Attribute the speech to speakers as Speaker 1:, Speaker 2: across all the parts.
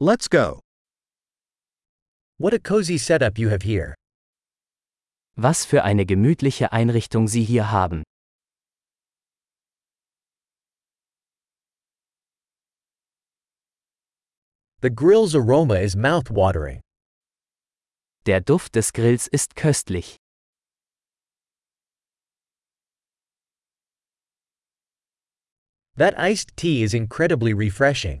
Speaker 1: Let's go.
Speaker 2: What a cozy setup you have here.
Speaker 3: Was für eine gemütliche Einrichtung Sie hier haben.
Speaker 2: The grill's aroma is mouth-watering.
Speaker 3: Der Duft des Grills ist köstlich.
Speaker 2: That iced tea is incredibly refreshing.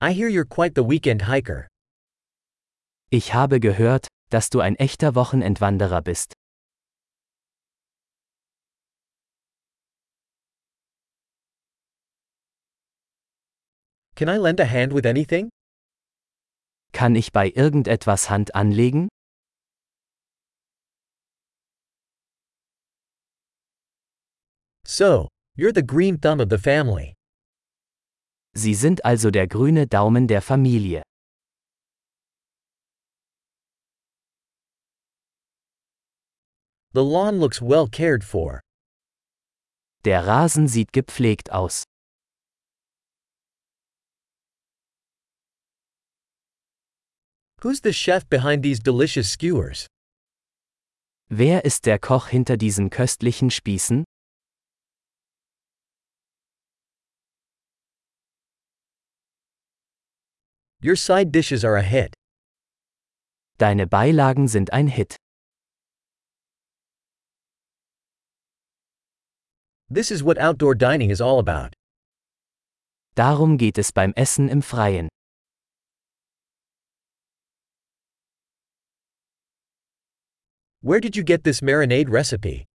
Speaker 2: I hear you're quite the weekend hiker.
Speaker 3: Ich habe gehört, dass du ein echter Wochenendwanderer bist.
Speaker 2: Can I lend a hand with anything?
Speaker 3: Kann ich bei irgendetwas Hand anlegen?
Speaker 2: So, you're the green thumb of the family.
Speaker 3: Sie sind also der grüne Daumen der Familie.
Speaker 2: The lawn looks well cared for.
Speaker 3: Der Rasen sieht gepflegt aus.
Speaker 2: Who's the chef behind these delicious skewers?
Speaker 3: Wer ist der Koch hinter diesen köstlichen Spießen?
Speaker 2: Your side dishes are a hit.
Speaker 3: Deine Beilagen sind ein Hit.
Speaker 2: This is what outdoor dining is all about.
Speaker 3: Darum geht es beim Essen im Freien.
Speaker 2: Where did you get this marinade recipe?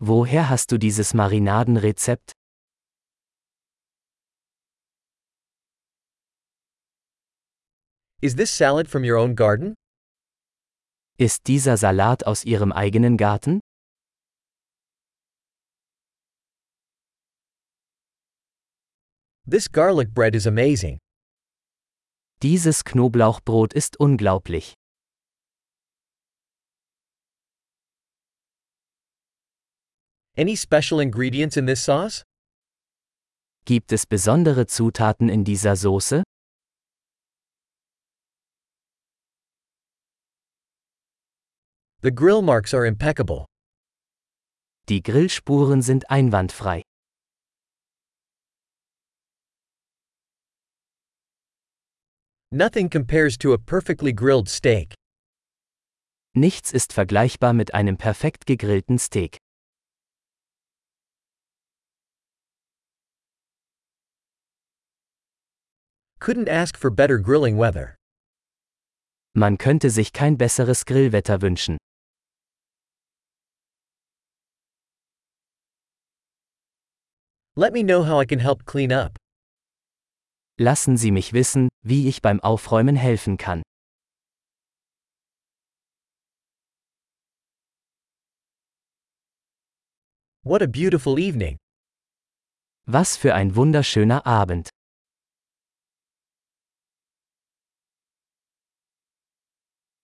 Speaker 3: Woher hast du dieses Marinadenrezept?
Speaker 2: Is this salad from your own garden?
Speaker 3: Ist dieser Salat aus Ihrem eigenen Garten?
Speaker 2: This garlic bread is amazing.
Speaker 3: Dieses Knoblauchbrot ist unglaublich.
Speaker 2: Any special ingredients in this sauce?
Speaker 3: Gibt es besondere Zutaten in dieser Soße?
Speaker 2: The grill marks are impeccable.
Speaker 3: Die Grillspuren sind einwandfrei.
Speaker 2: Nothing compares to a perfectly grilled steak.
Speaker 3: Nichts ist vergleichbar mit einem perfekt gegrillten Steak.
Speaker 2: Couldn't ask for better grilling weather.
Speaker 3: Man könnte sich kein besseres Grillwetter wünschen.
Speaker 2: Let me know how I can help clean up.
Speaker 3: Lassen Sie mich wissen, wie ich beim Aufräumen helfen kann.
Speaker 2: What a beautiful evening.
Speaker 3: Was für ein wunderschöner Abend.